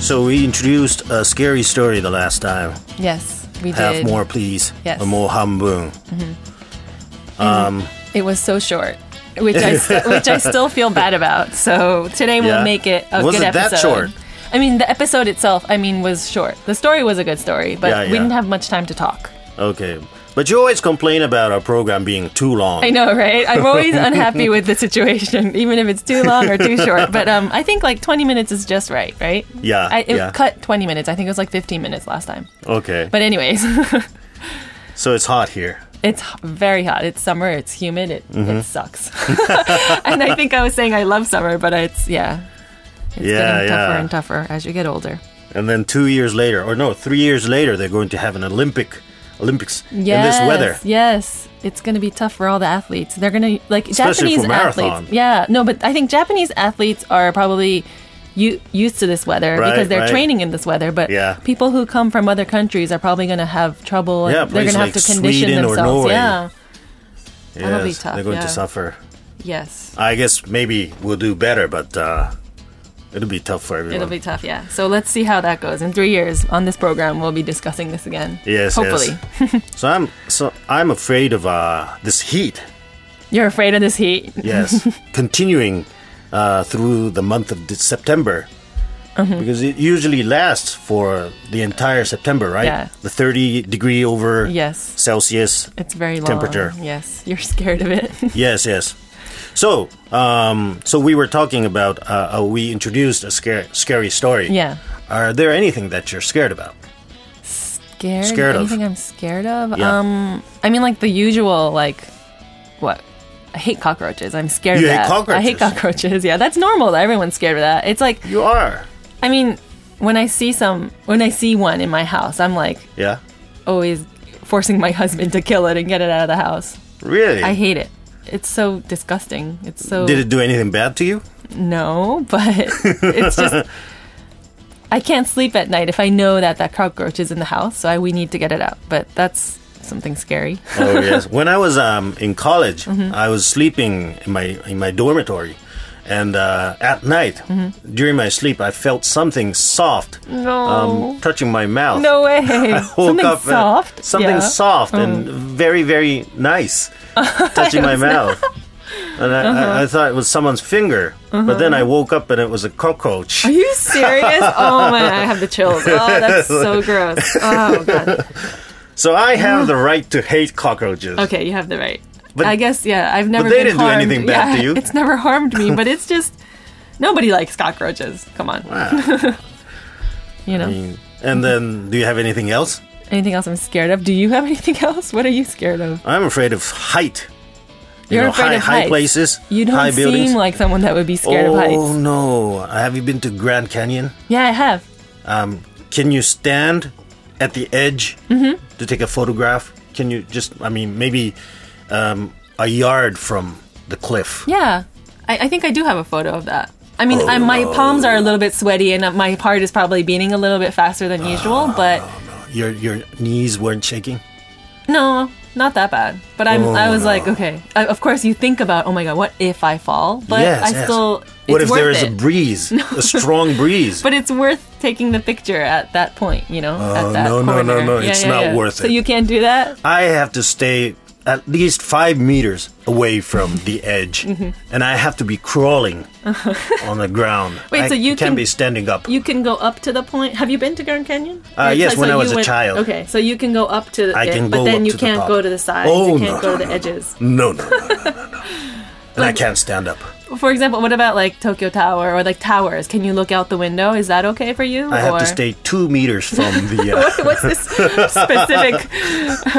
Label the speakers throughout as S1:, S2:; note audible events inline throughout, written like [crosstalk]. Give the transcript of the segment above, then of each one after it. S1: so we introduced a scary story the last time.
S2: Yes, we
S1: Have
S2: did.
S1: more, please.
S2: Yes.
S1: Or more hanbun.
S2: It was so short, which
S1: [laughs]
S2: I st- which I still feel bad about. So today we'll
S1: Yeah?
S2: make it a
S1: Was
S2: good
S1: it that
S2: episode.
S1: short?
S2: I mean, the episode itself, I mean, was short. The story was a good story, but
S1: Yeah,
S2: we
S1: yeah.
S2: didn't have much time to talk.
S1: Okay. But you always complain about our program being too long.
S2: I know, right? I'm
S1: [laughs]
S2: always unhappy with the situation, even if it's too long or too short. But um, I think like 20 minutes is just right, right?
S1: Yeah,
S2: I, it
S1: Uh, yeah.
S2: cut 20 minutes. I think it was like 15 minutes last time.
S1: Okay.
S2: But anyways, [laughs]
S1: so it's hot here.
S2: it's h- very hot. It's summer. It's humid. It,
S1: Mm-hmm.
S2: it sucks. [laughs] and I think I was saying I love summer, but it's yeah, it's
S1: yeah,
S2: getting tougher
S1: yeah.
S2: and tougher as you get older.
S1: And then two years later, or no, three years later, they're going to have an Olympic Olympics in this weather.
S2: Yes, it's going to be tough for all the athletes. They're going to like
S1: Especially
S2: Japanese
S1: for marathon.
S2: athletes. Yeah, no, but I think Japanese athletes are probably u- used to this weather
S1: Right,
S2: because they're
S1: right.
S2: training in this weather. But
S1: Yeah.
S2: people who come from other countries are probably going to have trouble. and
S1: Yeah,
S2: they're
S1: places
S2: gonna
S1: like
S2: have to condition
S1: Sweden or
S2: themselves.
S1: Norway.
S2: Yeah. That'll be
S1: Yes,
S2: tough,
S1: They're going
S2: yeah.
S1: to suffer.
S2: Yes.
S1: I guess maybe we'll do better, but uh, it'll be tough for everyone.
S2: It'll be tough, yeah. So let's see how that goes. In three years on this program, we'll be discussing this again.
S1: yes,
S2: hopefully. [laughs]
S1: yes. so I'm so I'm afraid of uh, this heat.
S2: You're afraid of this heat.
S1: Yes, [laughs] continuing uh, through the month of de- September.
S2: Mm-hmm.
S1: Because it usually lasts for the entire September, right?
S2: Yeah.
S1: The 30 degree over
S2: Yes,
S1: Celsius. [laughs]
S2: it's very long.
S1: Temperature.
S2: Yes, you're scared of
S1: [laughs]
S2: it.
S1: Yes, yes. So, um, so we were talking about uh, uh, we introduced a scary, scary story.
S2: yeah.
S1: Are there anything that you're scared about?
S2: scared,
S1: Scared of.
S2: anything I'm scared of?
S1: Yeah.
S2: Um, I mean, like the usual, like what? I hate cockroaches. I'm scared
S1: You
S2: of
S1: hate
S2: that. I hate
S1: cockroaches?
S2: cockroaches. Yeah, that's normal. Everyone's scared of that. It's like,
S1: You are.
S2: I mean, when I see some, when I see one in my house, I'm like
S1: Yeah.
S2: always forcing my [laughs] husband to kill it and get it out of the house.
S1: Really?
S2: I hate it. It's so disgusting. It's so
S1: Did it do anything bad to you?
S2: no, [laughs] but it's
S1: [laughs]
S2: just. I can't sleep at night if I know that that cockroach is in the house, so I, we need to get it out. But that's something scary.
S1: oh yes.
S2: [laughs]
S1: When I was um, in college,
S2: Mm-hmm.
S1: I was sleeping in my in my dormitory, and uh, at night
S2: Mm-hmm.
S1: during my sleep, I felt something soft
S2: No.
S1: um, touching my mouth. [laughs]
S2: No way.
S1: Woke
S2: something
S1: up, uh,
S2: soft.
S1: something
S2: Yeah. Oh.
S1: soft and very very
S2: [laughs]
S1: nice, touching my mouth. And I,
S2: Uh-huh.
S1: I, I thought it was someone's finger, but then I woke up and it was a cockroach.
S2: Are you serious? Oh man, I have the chills. Oh,
S1: [laughs]
S2: that's so gross. Oh god.
S1: So I have the right to hate cockroaches.
S2: Okay, you have the right.
S1: But-
S2: I guess yeah. I've never.
S1: they didn't
S2: been
S1: do
S2: harmed.
S1: anything bad
S2: Yeah,
S1: to you.
S2: It's never harmed me, but it's just [laughs] nobody likes cockroaches. Come on. [laughs] you know.
S1: And then, do you have anything else?
S2: anything else I'm scared of? Do you have [laughs] anything else? What are you scared of?
S1: I'm afraid of height. You
S2: You're
S1: know,
S2: afraid
S1: high,
S2: of
S1: high
S2: heights.
S1: places,
S2: You don't
S1: high
S2: seem
S1: buildings.
S2: like someone that would be scared
S1: oh
S2: of heights.
S1: no! Have you been to Grand Canyon?
S2: Yeah, I have.
S1: Um, can you stand at the edge
S2: Mm-hmm.
S1: to take a photograph? Can you just, I mean, maybe um, a yard from the cliff?
S2: Yeah, I, I think I do have a photo of that. I mean, I, my
S1: Oh, no.
S2: palms are a little bit sweaty, and uh, my heart is probably beating a little bit faster than usual. But
S1: Your your knees weren't shaking.
S2: no, not that bad. But I'm,
S1: Oh,
S2: I was
S1: no.
S2: like, okay. I, of course, you think about, oh my god, what if I fall? But
S1: yes,
S2: I
S1: yes.
S2: still, it's
S1: what if
S2: worth
S1: there is
S2: it.
S1: a
S2: [laughs]
S1: breeze, a strong breeze?
S2: But it's worth taking the picture at that point, you know.
S1: Oh,
S2: at that
S1: no, no, no,
S2: corner.
S1: no,
S2: Yeah,
S1: it's
S2: yeah,
S1: not
S2: yeah.
S1: worth
S2: So
S1: it.
S2: you can't do that.
S1: I have to stay at least five meters away from the edge,
S2: Mm-hmm.
S1: and I have to be
S2: [laughs]
S1: crawling on the ground.
S2: Wait,
S1: I
S2: so you
S1: can't
S2: can-
S1: be standing up.
S2: You can go up to the point. Have you been to Grand Canyon?
S1: Uh,
S2: Or it's
S1: yes, when I
S2: you
S1: was a child.
S2: Okay, so you can go up to
S1: I
S2: it,
S1: can
S2: but
S1: go
S2: then
S1: up
S2: you
S1: to the
S2: can't
S1: top.
S2: go to the sides.
S1: Oh,
S2: you
S1: no,
S2: can't
S1: no,
S2: go to the
S1: no, no.
S2: edges.
S1: no, no, no, no, no, no, no.
S2: [laughs]
S1: and I can't stand up.
S2: For example, what about like Tokyo Tower or like towers? Can you look out the window? Is that okay for you?
S1: I have
S2: or...
S1: to stay two meters
S2: [laughs]
S1: from the. Uh,
S2: What's this specific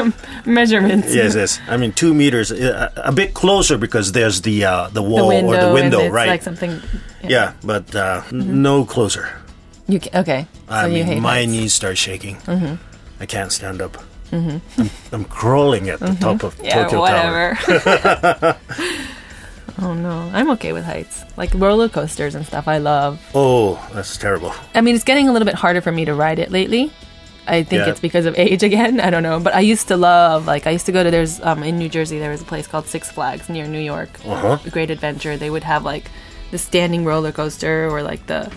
S2: um, measurements?
S1: yes, yes. I mean, two meters, uh, a bit closer because there's the uh, the
S2: The
S1: wall
S2: window,
S1: or the window,
S2: and it's
S1: right?
S2: Like something.
S1: yeah, but uh, n no closer.
S2: You ca okay?
S1: I
S2: So
S1: mean,
S2: you hate
S1: my
S2: heights. Mm-hmm.
S1: knees start shaking. I can't stand up. I'm, I'm crawling at the top of
S2: Mm-hmm. Yeah,
S1: Tokyo Tower.
S2: whatever.
S1: [laughs]
S2: [laughs] oh no, I'm okay with heights. Like roller coasters and stuff. I love.
S1: Oh, that's terrible.
S2: I mean, it's getting a little bit harder for me to ride it lately. I think
S1: Yeah.
S2: it's because of [laughs] age again. I don't know, but I used to love like I used to go to there's um, in New Jersey there was a place called Six Flags near New York,
S1: Uh-huh.
S2: Great Adventure. They would have like the standing roller coaster or like the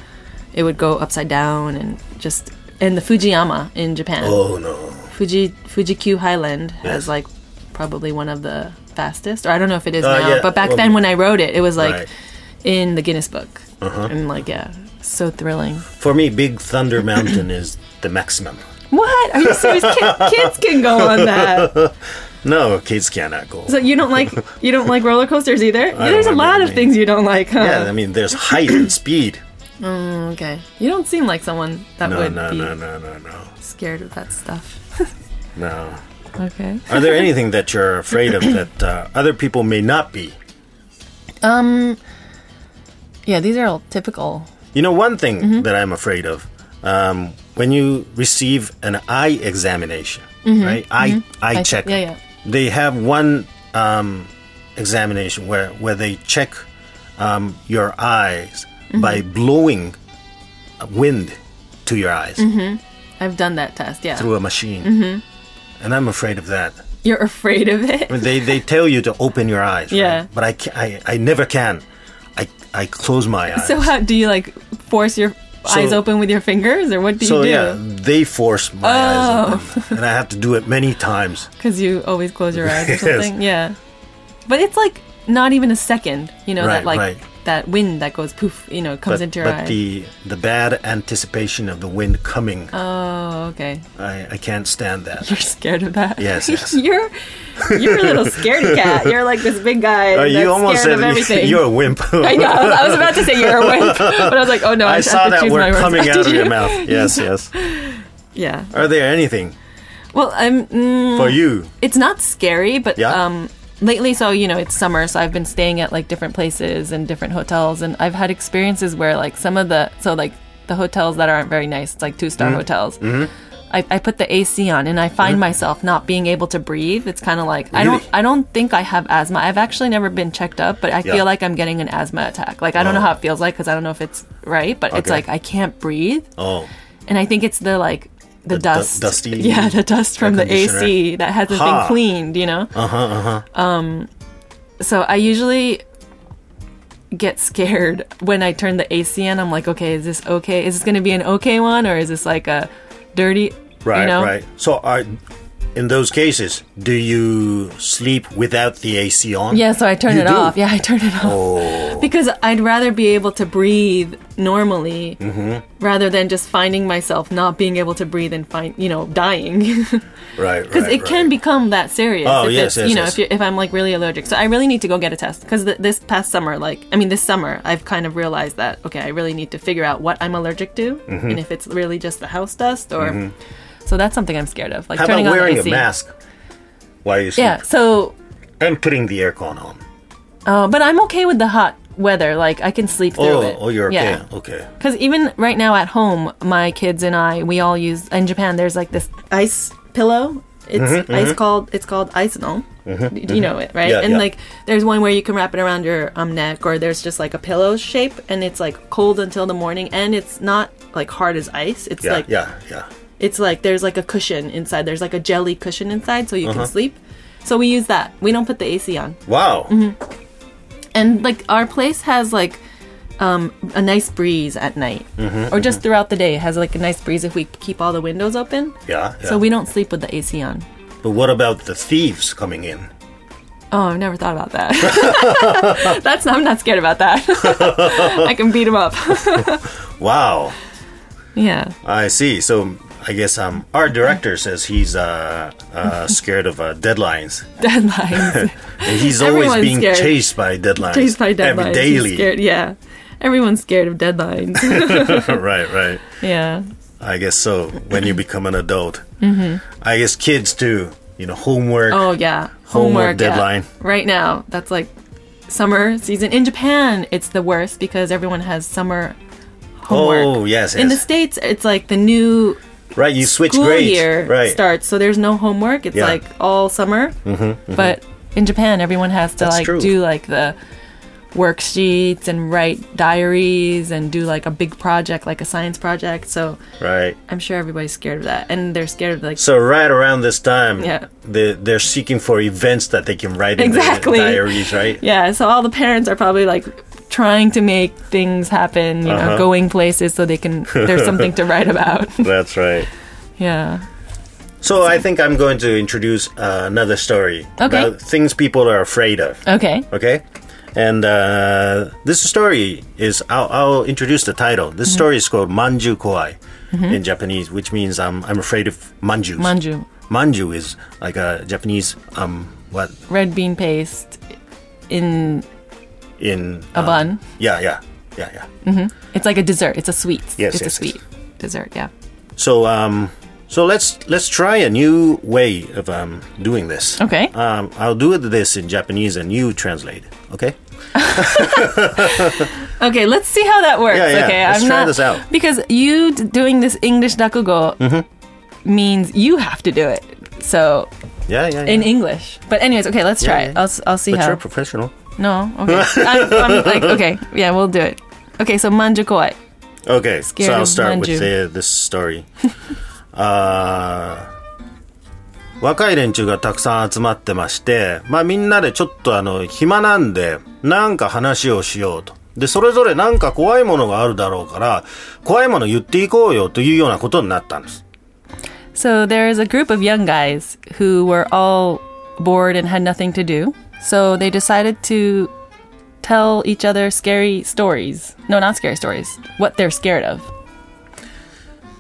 S2: it would go upside down and just and the Fujiyama in Japan.
S1: Oh no.
S2: Fuji Fuji Q Highland has
S1: Yes.
S2: like probably one of the fastest, or I don't know if it is
S1: Uh,
S2: now,
S1: yeah,
S2: but back
S1: well,
S2: then when I wrote it, it was like
S1: right. Uh-huh.
S2: in the Guinness Book, and like yeah, so thrilling.
S1: For me, Big Thunder Mountain is the maximum.
S2: What are you serious?
S1: [laughs]
S2: Kid, kids can go on that.
S1: No, kids cannot go.
S2: So you don't like you don't like roller coasters either.
S1: don't
S2: There's a
S1: like
S2: lot
S1: roller
S2: of
S1: coasters.
S2: things you don't like, huh?
S1: yeah, I mean, there's height and speed.
S2: okay. You don't seem like someone that
S1: No,
S2: would
S1: no,
S2: be
S1: no, no, no, no,
S2: scared of that stuff.
S1: no.
S2: Okay.
S1: Are there anything that you're afraid of that uh, other people may not be?
S2: Um, Yeah, these are all typical.
S1: You know, one thing
S2: Mm-hmm.
S1: that I'm afraid of um, when you receive an eye examination, right? Eye, eye
S2: Mm-hmm. Eye
S1: check.
S2: check, yeah, yeah.
S1: They have one um, examination where, where they check um, your eyes
S2: Mm-hmm.
S1: by blowing wind to your eyes
S2: Mm-hmm. I've done that test. Yeah.
S1: through a machine.
S2: Mm-hmm.
S1: And I'm afraid of that.
S2: You're afraid of
S1: [laughs]
S2: it.
S1: I mean, they, they tell you to open your eyes. right?
S2: Yeah.
S1: But I, ca- I, I never can. I, I close my eyes.
S2: [laughs] So how do you like force your
S1: So-
S2: eyes open with your fingers, or what do
S1: So
S2: you
S1: yeah,
S2: do?
S1: they force my
S2: Oh.
S1: eyes open, and I have to do it many
S2: [laughs]
S1: times.
S2: Because you always close your eyes or
S1: [laughs] Yes.
S2: something. Yeah, but it's like not even a second. You know
S1: Right,
S2: that like
S1: right.
S2: that wind that goes poof. You know
S1: But,
S2: comes into your
S1: but
S2: eye.
S1: the the bad anticipation of the wind coming,
S2: oh, okay. [laughs]
S1: I, I can't stand that.
S2: You're scared of that. [laughs]
S1: Yes, yes.
S2: you're you're a little scaredy cat. You're like this big guy.
S1: Uh,
S2: that's
S1: you almost
S2: scared
S1: said
S2: of
S1: [laughs]
S2: everything.
S1: you're a wimp.
S2: [laughs] I know. I was, I was about to say you're a
S1: [laughs]
S2: wimp, but I was like, oh no,
S1: I
S2: I, should-
S1: saw
S2: have to
S1: that
S2: choose my
S1: word
S2: words. [laughs]
S1: coming out
S2: Did
S1: of your
S2: you?
S1: mouth.
S2: [laughs]
S1: Yes, yes.
S2: Yeah.
S1: Are there anything
S2: Well, I'm. Mm,
S1: for you?
S2: it's not scary, but
S1: Yeah?
S2: um, lately, so you know, it's summer, so I've been staying at like different places and different hotels, and I've had experiences where like some of the so like the hotels that aren't very nice, it's like two
S1: Mm-hmm.
S2: star hotels. I, I put the AC on and I find myself not being able to breathe. It's kind of like I
S1: Really?
S2: don't I don't think I have asthma. I've actually never been checked up, but I
S1: Yeah. Oh.
S2: feel like I'm getting an asthma attack. Like I don't know how it feels like because I don't know if it's right, but it's
S1: Okay.
S2: like I can't breathe
S1: Oh,
S2: and I think it's the like the,
S1: du-
S2: dust,
S1: dusty
S2: [laughs] yeah, the dust from the
S1: conditioner.
S2: AC that
S1: Ha.
S2: hasn't
S1: Uh-huh,
S2: been cleaned, you know. Uh huh. Uh huh. Um, so I usually get scared when I turn the AC on. I'm like, okay, is this okay? Is this going to be an okay one, or is this like a dirty?
S1: right,
S2: you know?
S1: right. So are in those cases, do you sleep without the AC on?
S2: Yeah, so I turn
S1: You
S2: it
S1: do? Oh.
S2: off. Yeah, I turn it off. Because I'd rather be able to breathe normally
S1: Mm-hmm.
S2: rather than just finding myself not being able to breathe and find, you know, dying. [laughs]
S1: right, right.
S2: because it
S1: right.
S2: can become that serious.
S1: Oh,
S2: if
S1: yes,
S2: it's,
S1: yes,
S2: you know,
S1: yes.
S2: if, you if I'm like really allergic, so I really need to go get a test. Because th- this past summer, like, I mean, this summer, I've kind of realized that okay, I really need to figure out what I'm allergic to,
S1: Mm-hmm.
S2: and if it's really just the house dust or. So that's something I'm scared of, like
S1: How about
S2: turning on
S1: wearing
S2: the
S1: a
S2: AC.
S1: mask while you sleep?
S2: Yeah. So,
S1: And putting the aircon on.
S2: uh, but I'm okay with the hot weather. Like, I can sleep through
S1: Oh,
S2: it.
S1: oh, you're okay.
S2: Yeah.
S1: Okay.
S2: Because even right now at home, my kids and I, we all use in Japan. There's like this ice pillow. It's
S1: Mm-hmm,
S2: ice called. It's called ice no. Do You know it, right?
S1: Yeah,
S2: and
S1: yeah.
S2: like, there's one where you can wrap it around your um, neck, or there's just like a pillow shape, and it's like cold until the morning, and it's not like hard as ice. It's
S1: Yeah,
S2: like
S1: yeah, yeah.
S2: it's like there's like a cushion inside. There's like a jelly cushion inside, so you
S1: Uh-huh.
S2: can sleep. So we use that. We don't put the AC on
S1: Wow.
S2: Mm-hmm. and like our place has like um, a nice breeze at night
S1: Mm-hmm,
S2: or just throughout the day it has like a nice breeze if we keep all the windows open
S1: Yeah, yeah.
S2: so we don't sleep with the ac on
S1: But what about the thieves coming in?
S2: oh i've never thought about that
S1: [laughs]
S2: [laughs] that's i'm not scared about that [laughs] i can beat him up [laughs]
S1: Wow.
S2: yeah
S1: I see. So I guess um, our director
S2: Mm-hmm.
S1: says he's uh,
S2: [laughs]
S1: uh, scared of uh, deadlines. [laughs]
S2: deadlines
S1: And he's always
S2: Everyone's
S1: being
S2: scared.
S1: chased by deadlines.
S2: chased by deadlines
S1: Every
S2: He's
S1: daily.
S2: scared. [laughs] yeah everyone's scared of deadlines
S1: [laughs] right, right.
S2: yeah
S1: I guess so. When you become an adult, mm-hmm. I guess kids too. You know, homework.
S2: Oh yeah,
S1: Homework
S2: yeah.
S1: deadline.
S2: Right now, that's like summer season in Japan. It's the worst because everyone has summer homework.
S1: Oh, yes,
S2: In the
S1: yes.
S2: states, it's like the new
S1: right, you switch
S2: school
S1: grades.
S2: year
S1: right.
S2: starts, so there's no homework. It's
S1: Yeah. Mm-hmm,
S2: like all summer. But in Japan, everyone has to
S1: That's
S2: like
S1: true.
S2: do like the worksheets and write diaries and do like a big project, like a science project. So
S1: Right.
S2: I'm sure everybody's scared of that, and they're scared of like
S1: So right around this time,
S2: Yeah.
S1: they, they're seeking for events that they can write in
S2: Exactly. [laughs]
S1: their diaries, right?
S2: Yeah, so all the parents are probably like trying to make things happen, you
S1: Uh-huh.
S2: know, going places so they can
S1: [laughs]
S2: there's something to write about. [laughs]
S1: That's right.
S2: yeah.
S1: So I think I'm going to introduce uh, another story
S2: Okay.
S1: about things people are afraid of.
S2: Okay.
S1: Okay, and uh, this story is I'll, I'll introduce the title. This
S2: Mm-hmm.
S1: story is called Manju Koi in Japanese, which means I'm I'm afraid of manjus.
S2: Manju.
S1: Manju is like a Japanese um what
S2: Red bean paste in
S1: in
S2: a
S1: uh,
S2: bun.
S1: Yeah, yeah, yeah, yeah.
S2: It's like a dessert. It's a sweet.
S1: Yes,
S2: it's
S1: yes,
S2: a sweet dessert, yeah.
S1: So um, so let's let's try a new way of um doing this.
S2: Okay.
S1: Um, I'll do this in Japanese and you translate. it, Okay.
S2: Okay, let's see how that works.
S1: Yeah, yeah.
S2: Okay,
S1: Let's
S2: I'm
S1: try
S2: not
S1: this out. Mm-hmm.
S2: because you d- doing this English dakugo means you have to do it. So
S1: Yeah, yeah. yeah.
S2: in English, but anyways, okay, let's try
S1: yeah,
S2: it.
S1: yeah.
S2: I'll s- I'll see
S1: but
S2: how.
S1: you're a professional.
S2: no, okay, I'm,
S1: [laughs]
S2: I'm like okay, yeah, we'll do it. Okay, so manjukoi.
S1: Okay,
S2: Scared
S1: so I'll
S2: of
S1: start with
S2: manju.
S1: the, this story. [laughs] あー若い連中がたくさん集まってまして、まあみんなでちょっとあの、暇なんで、なんか話をしようと。で、それぞれなんか怖いものがあるだろうから、怖いもの言っていこうよというようなことになったんです。
S2: So there is a group of young guys who were all bored and had nothing to do. So they decided to tell each other scary stories. No, not scary stories. What they're scared of.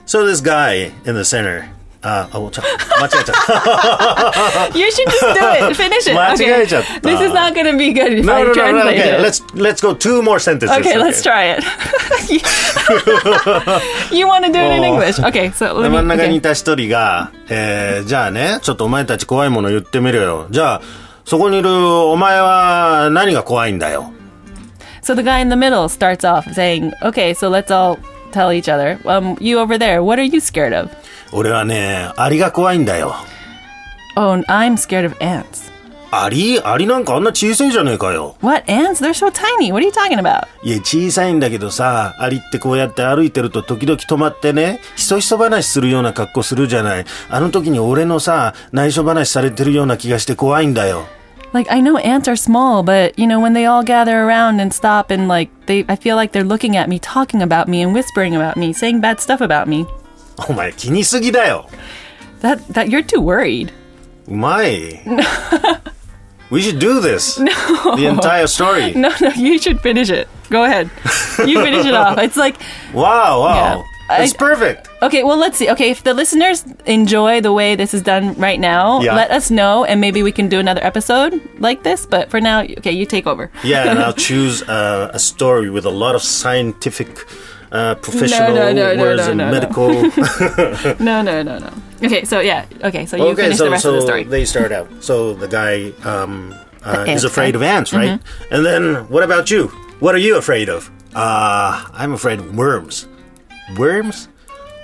S1: So this guy in the center, あー、あ、おちょ [laughs] 間違
S2: [laughs]
S1: えちゃった。
S2: You should just do
S1: [laughs]
S2: it. Finish it. Okay.
S1: 間違えちゃった。
S2: This is not going to be good if I
S1: No, no, no,
S2: translate
S1: no, okay.
S2: it.
S1: Let's, let's go two more sentences.
S2: okay, let's try it. [laughs]
S1: [laughs]
S2: you want to do it in
S1: Oh.
S2: English? Okay, so let
S1: 真ん
S2: me.
S1: 中にい
S2: Okay.
S1: た一人が、えー、じゃあね、ちょっとお前たち怖いもの言ってみろよ。じゃあ、そこにいるお前は何が怖いんだよ。
S2: So the guy in the middle starts off saying, "Okay, so let's all tell each other. Um, you over there, what are you scared of?
S1: 俺はね、アリが怖いんだよ。
S2: Oh, and I'm scared of ants.
S1: アリアリなんかあんな小さいじゃねえかよ。
S2: What ants? They're so tiny. What are you talking about?
S1: いや、小さいんだけどさ、アリってこうやって歩いてると時々止まってね、ひそひそ話するような格好するじゃない。あの時に俺のさ、内緒話されてるような気がして怖いんだよ。
S2: Like I know ants are small, but you know when they all gather around and stop and like they, I feel like they're looking at me, talking about me, and whispering about me, saying bad stuff about me.
S1: お前気にすぎだよ。
S2: That that you're too worried. [laughs]
S1: うまい。We should do this. The entire story.
S2: No, no, you should finish it. Go ahead. You finish it off. It's like
S1: Wow, wow.
S2: Yeah.
S1: It's
S2: I-
S1: perfect.
S2: okay, well let's see. Okay, if the listeners enjoy the way this is done right now,
S1: Yeah.
S2: let us know and maybe we can do another episode like this, but for now, okay, you
S1: [laughs]
S2: take over.
S1: Yeah, and I'll choose uh, a story with a lot of scientific, uh, professional
S2: no, no, no,
S1: words
S2: no,
S1: and
S2: no, no.
S1: medical.
S2: No, no, no, no. Okay, so yeah. Okay, so you
S1: okay,
S2: finish
S1: so,
S2: the rest
S1: so
S2: of the story.
S1: they start out. So the guy um, uh,
S2: The
S1: is
S2: ants,
S1: afraid
S2: right? Mm-hmm.
S1: of ants, right? And then what about you? What are you afraid of? Uh, I'm afraid of worms. Worms?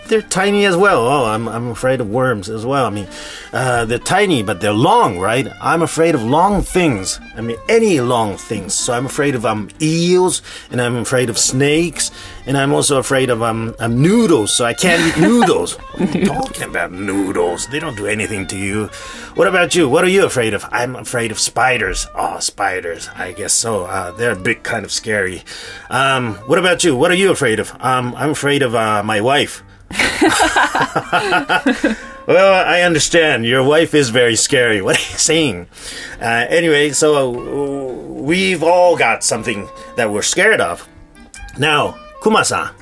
S1: They're tiny as well. Oh, I'm, I'm afraid of worms as well. I mean, uh, they're tiny, but they're long, right? I'm afraid of long things. I mean, any long things. So I'm afraid of um, eels, and I'm afraid of snakes, and I'm also afraid of um, um, noodles. So I can't eat noodles. What are you talking about noodles? They don't do anything to you. What about you? What are you afraid of? I'm afraid of spiders. Oh, spiders. I guess so. Uh, they're a bit kind of scary. Um, what about you? What are you afraid of? Um, I'm afraid of uh, my wife. Well, I understand. Your wife is very scary. What are you saying? Uh, anyway, so uh, we've all got something that we're scared of. Now, Kuma-san.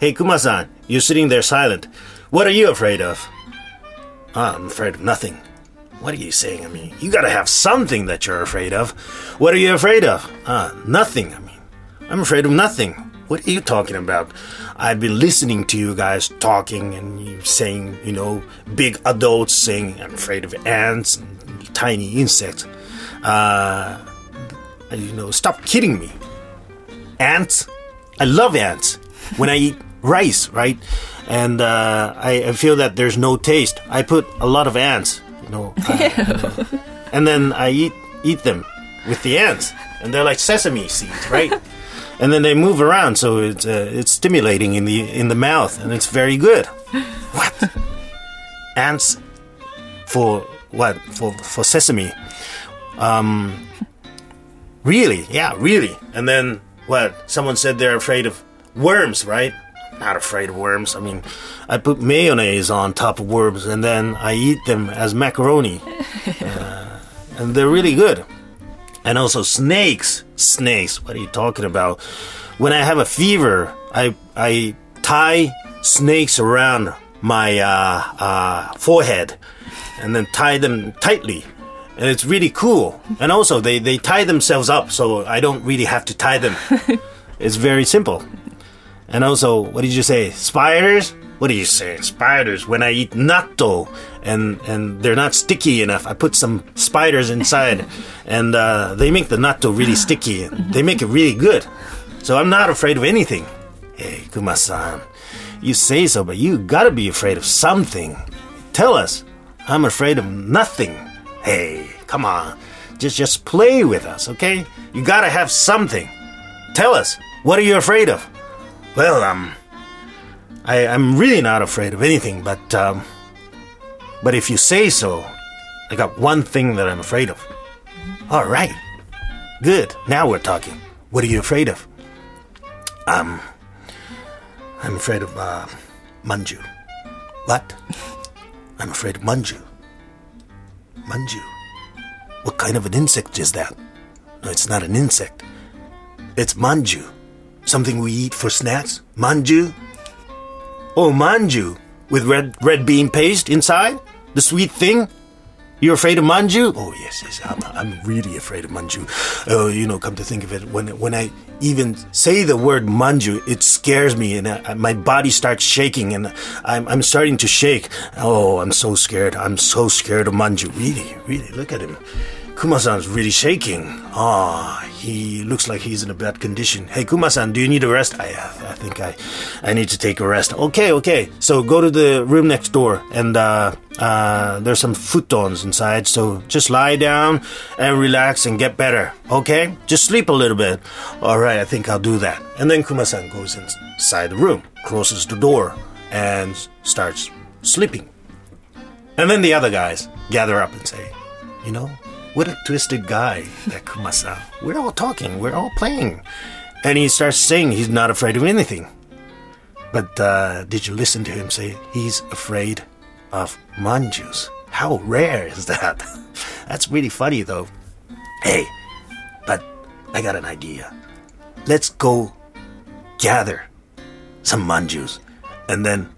S1: Hey, Kuma-san, you're sitting there silent. What are you afraid of? "Ah, I'm afraid of nothing. What are you saying? I mean, you gotta have something that you're afraid of. What are you afraid of? Ah, nothing. I mean, I'm afraid of nothing. What are you talking about? I've been listening to you guys talking and you saying, you know, big adults saying, I'm afraid of ants and tiny insects. Uh, you know, stop kidding me. Ants? I love ants. When I eat rice, right? And uh, I, I feel that there's no taste. I put a lot of ants, you know. uh, and then I eat, eat them with the ants. And they're like sesame seeds, right? and then they move around, so it's uh, it's stimulating in the in the mouth, and it's very good. What ants for? What for? For sesame? Um, really? Yeah, really. And then What? Someone said they're afraid of worms, right? Not afraid of worms. I mean, I put mayonnaise on top of worms and then I eat them as macaroni. Uh, and they're really good. And also snakes. Snakes. What are you talking about? When I have a fever, I I tie snakes around my uh, uh, forehead and then tie them tightly. And it's really cool. And also, they, they tie themselves up, so I don't really have to tie them. it's very simple. And also, what did you say? Spiders? What are you saying? Spiders. When I eat natto and, and they're not sticky enough, I put some spiders inside and uh, they make the natto really sticky. They make it really good. So I'm not afraid of anything. Hey, Kuma-san, you say so, but you gotta be afraid of something. Tell us. I'm afraid of nothing. Hey, come on. Just just play with us, okay? You gotta have something. Tell us, what are you afraid of? Well, um, I, I'm really not afraid of anything, but um, but if you say so, I got one thing that I'm afraid of. All right, good. Now we're talking. What are you afraid of? Um, I'm afraid of uh, manju. What? [laughs] I'm afraid of manju. Manju. What kind of an insect is that? No, it's not an insect. It's manju. Something we eat for snacks? Manju? Oh, manju. With red, red bean paste inside? The sweet thing? You're afraid of manju? Oh, yes, yes. I'm, I'm really afraid of manju. Oh, you know, come to think of it, when, when I even say the word manju, it scares me and I, my body starts shaking and I'm, I'm starting to shake. Oh, I'm so scared. I'm so scared of manju. Really, really, look at him. Kuma-san's really shaking. Ah, he looks like he's in a bad condition. Hey, Kuma-san, do you need a rest? I, I think I, I need to take a rest. Okay, okay. So go to the room next door, and uh, uh, there's some futons inside. So just lie down and relax and get better. Okay, just sleep a little bit. All right, I think I'll do that. And then Kuma-san goes inside the room, closes the door, and starts sleeping. And then the other guys gather up and say, you know, what a twisted guy, that [laughs] Kumasa. We're all talking, we're all playing. And he starts saying he's not afraid of anything. But uh, did you listen to him say he's afraid of manjus? How rare is that? [laughs] That's really funny, though. Hey, but I got an idea. Let's go gather some manjus and then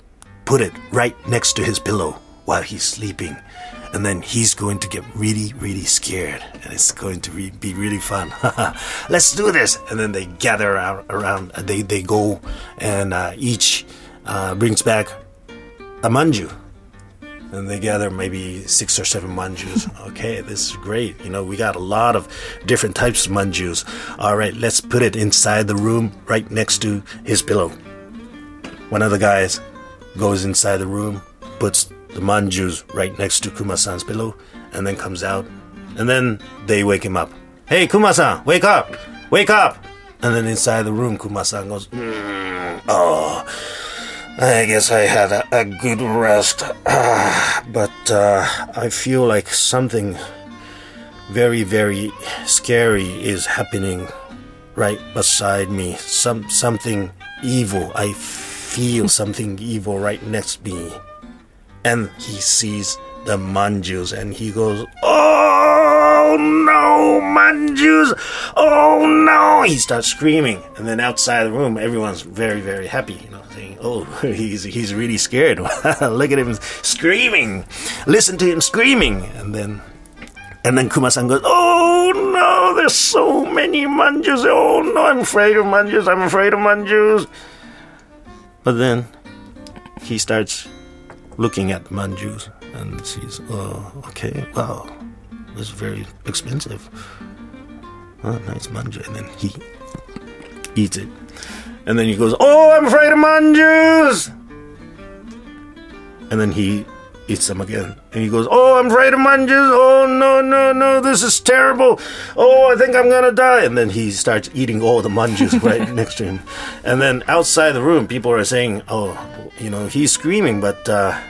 S1: put it right next to his pillow while he's sleeping. And then he's going to get really, really scared. And it's going to re- be really fun. [laughs] Let's do this. And then they gather ar- around, uh, they, they go, and uh, each uh, brings back a manju. And they gather maybe six or seven manjus. [laughs] Okay, this is great. You know, we got a lot of different types of manjus. All right, let's put it inside the room right next to his pillow. One of the guys goes inside the room, puts the manjus right next to Kuma-san's pillow, and then comes out. And then they wake him up. Hey, Kuma-san, wake up! Wake up! And then inside the room, Kuma-san goes, "Mm, Oh, I guess I had a, a good rest. [sighs] Ah, but uh, I feel like something very, very scary is happening right beside me. Some something evil. I feel something evil right next me. And he sees the manjus and he goes, "Oh no, manjus! Oh no!" He starts screaming, and then outside the room, everyone's very, very happy. You know, saying, "Oh, [laughs] he's he's really scared. [laughs] Look at him screaming! Listen to him screaming!" And then and then Kuma-san goes, "Oh no, there's so many manjus. Oh no, I'm afraid of manjus. I'm afraid of manjus." But then he starts looking at the manjus and sees, "Oh, okay, wow, this is very expensive. Oh, nice manju." And then he eats it, and then he goes, "Oh, I'm afraid of manjus." And then he eats them again. And he goes, Oh, I'm afraid of manjus. Oh, no, no, no, this is terrible. Oh, I think I'm going to die. And then he starts eating all the manjus [laughs] right next to him. And then outside the room, people are saying, Oh, you know, he's screaming. But uh,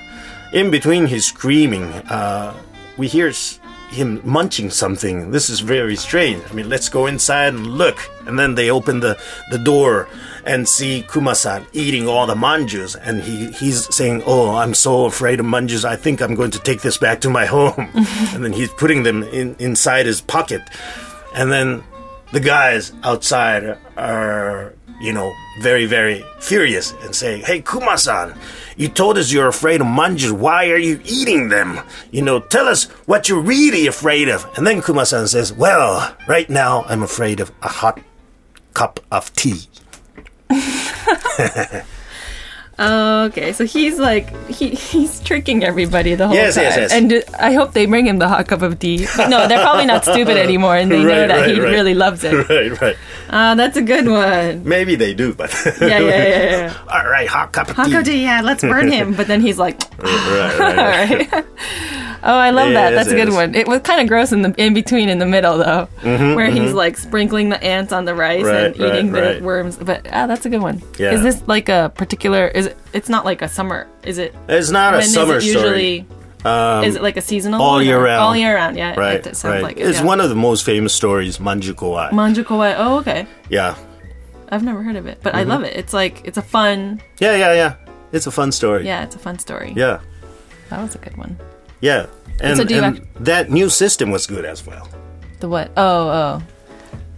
S1: in between his screaming, uh, we hear s- him munching something. This is very strange. I mean, let's go inside and look. And then they open the, the door and see Kumasan eating all the manjus. And he, he's saying, Oh, I'm so afraid of manjus. I think I'm going to take this back to my [laughs] home. and then he's putting them in, inside his pocket. And then the guys outside are, you know, very, very furious and saying, Hey, Kumasan, you told us you're afraid of manjus. Why are you eating them? You know, tell us what you're really afraid of. And then Kumasan says, Well, right now I'm afraid of a hot cup of tea.
S2: Oh, okay. So he's like he he's tricking everybody the whole
S1: Yes,
S2: time.
S1: yes, yes.
S2: And uh, I hope they bring him the hot cup of tea. But no, they're probably
S1: [laughs]
S2: not stupid anymore, and they know
S1: Right,
S2: that
S1: right,
S2: he
S1: right.
S2: really
S1: [laughs]
S2: loves it.
S1: [laughs] right, right.
S2: Ah, that's a good one.
S1: Maybe they do, but.
S2: [laughs] Yeah, yeah,
S1: [laughs]
S2: yeah, yeah.
S1: All right, hot cup of
S2: Hot
S1: tea.
S2: cup of tea. Yeah, let's burn him. But then he's like,
S1: Right, [laughs] right,
S2: [laughs] all
S1: right.
S2: right. oh, I love that.
S1: Yes,
S2: That's a good
S1: yes. Mm-hmm,
S2: one. It was kind of gross in the in between, in the middle though, where he's like sprinkling the ants on the rice and
S1: Right, right,
S2: eating
S1: right.
S2: the worms. But ah, that's a good one.
S1: Yeah.
S2: Is this like a particular? Is it? It's not like a summer. Is it?
S1: It's not
S2: when
S1: a
S2: is
S1: summer
S2: it
S1: story. Um,
S2: usually? is it like a seasonal?
S1: all
S2: one
S1: year
S2: or-
S1: round.
S2: All year round. Yeah.
S1: Right,
S2: It sounds
S1: right.
S2: like it,
S1: it's
S2: yeah.
S1: one of the most famous stories, Manjukowai.
S2: Manjukowai. Oh, okay.
S1: yeah,
S2: I've never heard of it, but I
S1: Mm-hmm.
S2: love it. It's like it's a fun.
S1: yeah, yeah, yeah. It's a fun story.
S2: Yeah, it's a fun story.
S1: yeah,
S2: That was a good one.
S1: yeah. And,
S2: so do you
S1: and that new system was good as well.
S2: The what? Oh, oh.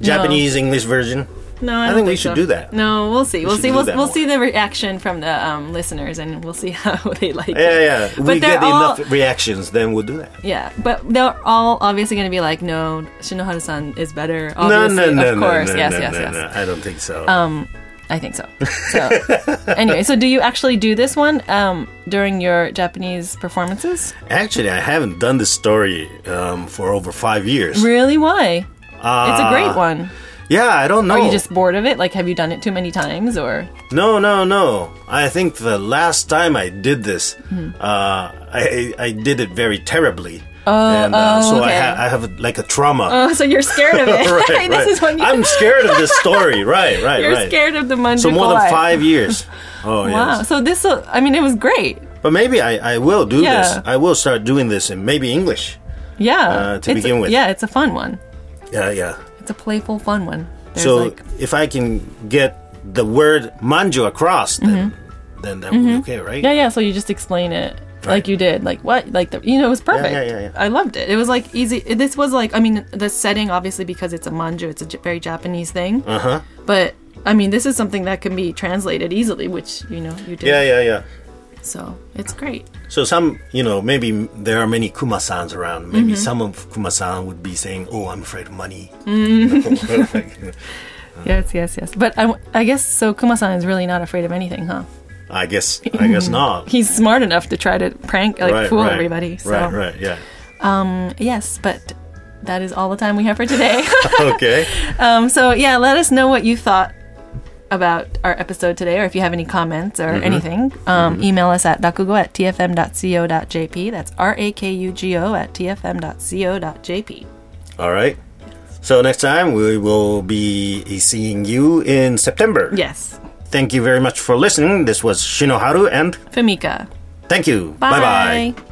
S1: Japanese English version.
S2: No, I,
S1: I
S2: don't
S1: think we should do that.
S2: No, we'll see. We'll
S1: should
S2: see.
S1: do
S2: We'll,
S1: that
S2: we'll
S1: more.
S2: see the reaction from the um, listeners, and we'll see [laughs] how they like
S1: Yeah,
S2: it.
S1: yeah.
S2: But
S1: we
S2: they're
S1: get
S2: all-
S1: enough reactions, then we'll do that.
S2: Yeah, but they're all obviously going to be like, no, Shinohara-san is better.
S1: No,
S2: Obviously,
S1: no, no,
S2: of
S1: no,
S2: course,
S1: no,
S2: yes,
S1: no,
S2: yes,
S1: no,
S2: yes. Um,
S1: no. I don't think so.
S2: I
S1: [laughs]
S2: think so. So, anyway, so do you actually do this one um, during your Japanese performances?
S1: Actually, I haven't done this story um, for over five years.
S2: Really? Why? it's a
S1: Uh,
S2: great one.
S1: Yeah, I don't know.
S2: Are you just bored of it? Like, have you done it too many times, or [laughs]
S1: No, no, no. I think the last time I did this,
S2: Hmm.
S1: uh, I, I I did it very terribly. Oh, and, uh,
S2: oh,
S1: so I,
S2: okay.
S1: ha- I have like a trauma.
S2: oh, so you're scared
S1: [laughs]
S2: of it?
S1: right,
S2: [laughs] this
S1: right.
S2: is when you,
S1: I'm scared of this
S2: [laughs]
S1: story. Right, right,
S2: you're
S1: right.
S2: scared of the manjukai.
S1: so more than five
S2: [laughs]
S1: years. Oh
S2: Wow.
S1: yes.
S2: So this, uh, I mean, it was great.
S1: But maybe I, I will do
S2: Yeah.
S1: this. I will start doing this in maybe English.
S2: Yeah.
S1: Uh, to
S2: It's-
S1: begin with.
S2: Yeah, it's a fun one.
S1: Yeah, yeah.
S2: It's a playful, fun one. There's
S1: so
S2: like,
S1: if I can get the word manju across, then then that would be okay, right?
S2: Mm-hmm. yeah, yeah. So you just explain it like you did, like what, like the, you know, it was perfect.
S1: yeah, yeah, yeah.
S2: I loved it. It was like easy. This was like, I mean, the setting obviously because it's a manju, it's a J- very Japanese thing. Uh
S1: Uh-huh.
S2: huh. But I mean, this is something that can be translated easily, which you know you did.
S1: yeah, yeah, yeah.
S2: So it's great.
S1: So some, you know, maybe m- there are many Kumasans around. Maybe
S2: Mm-hmm.
S1: some of Kumasan would be saying, "Oh, I'm afraid of
S2: [laughs]
S1: money." [laughs]
S2: Yes, yes, yes. But I, w- I guess so. Kuma-san is really not afraid of anything, huh?
S1: I guess, I guess not.
S2: He's smart enough to try to prank, Mm-hmm. like
S1: right,
S2: fool
S1: right,
S2: everybody. So.
S1: Right, right, yeah.
S2: Yes, but that is all the time we have for today. [laughs]
S1: Okay.
S2: um, so, yeah, let us know what you thought about our episode today, or if you have any comments or anything. Um, Email us at rakugo at tfm.co.jp. That's R A K U G O at tfm.co.jp.
S1: All right. So next time we will be seeing you in September.
S2: Yes.
S1: Thank you very much for listening. This was Shinoharu, and
S2: Famika.
S1: thank you.
S2: Bye
S1: bye.
S2: bye.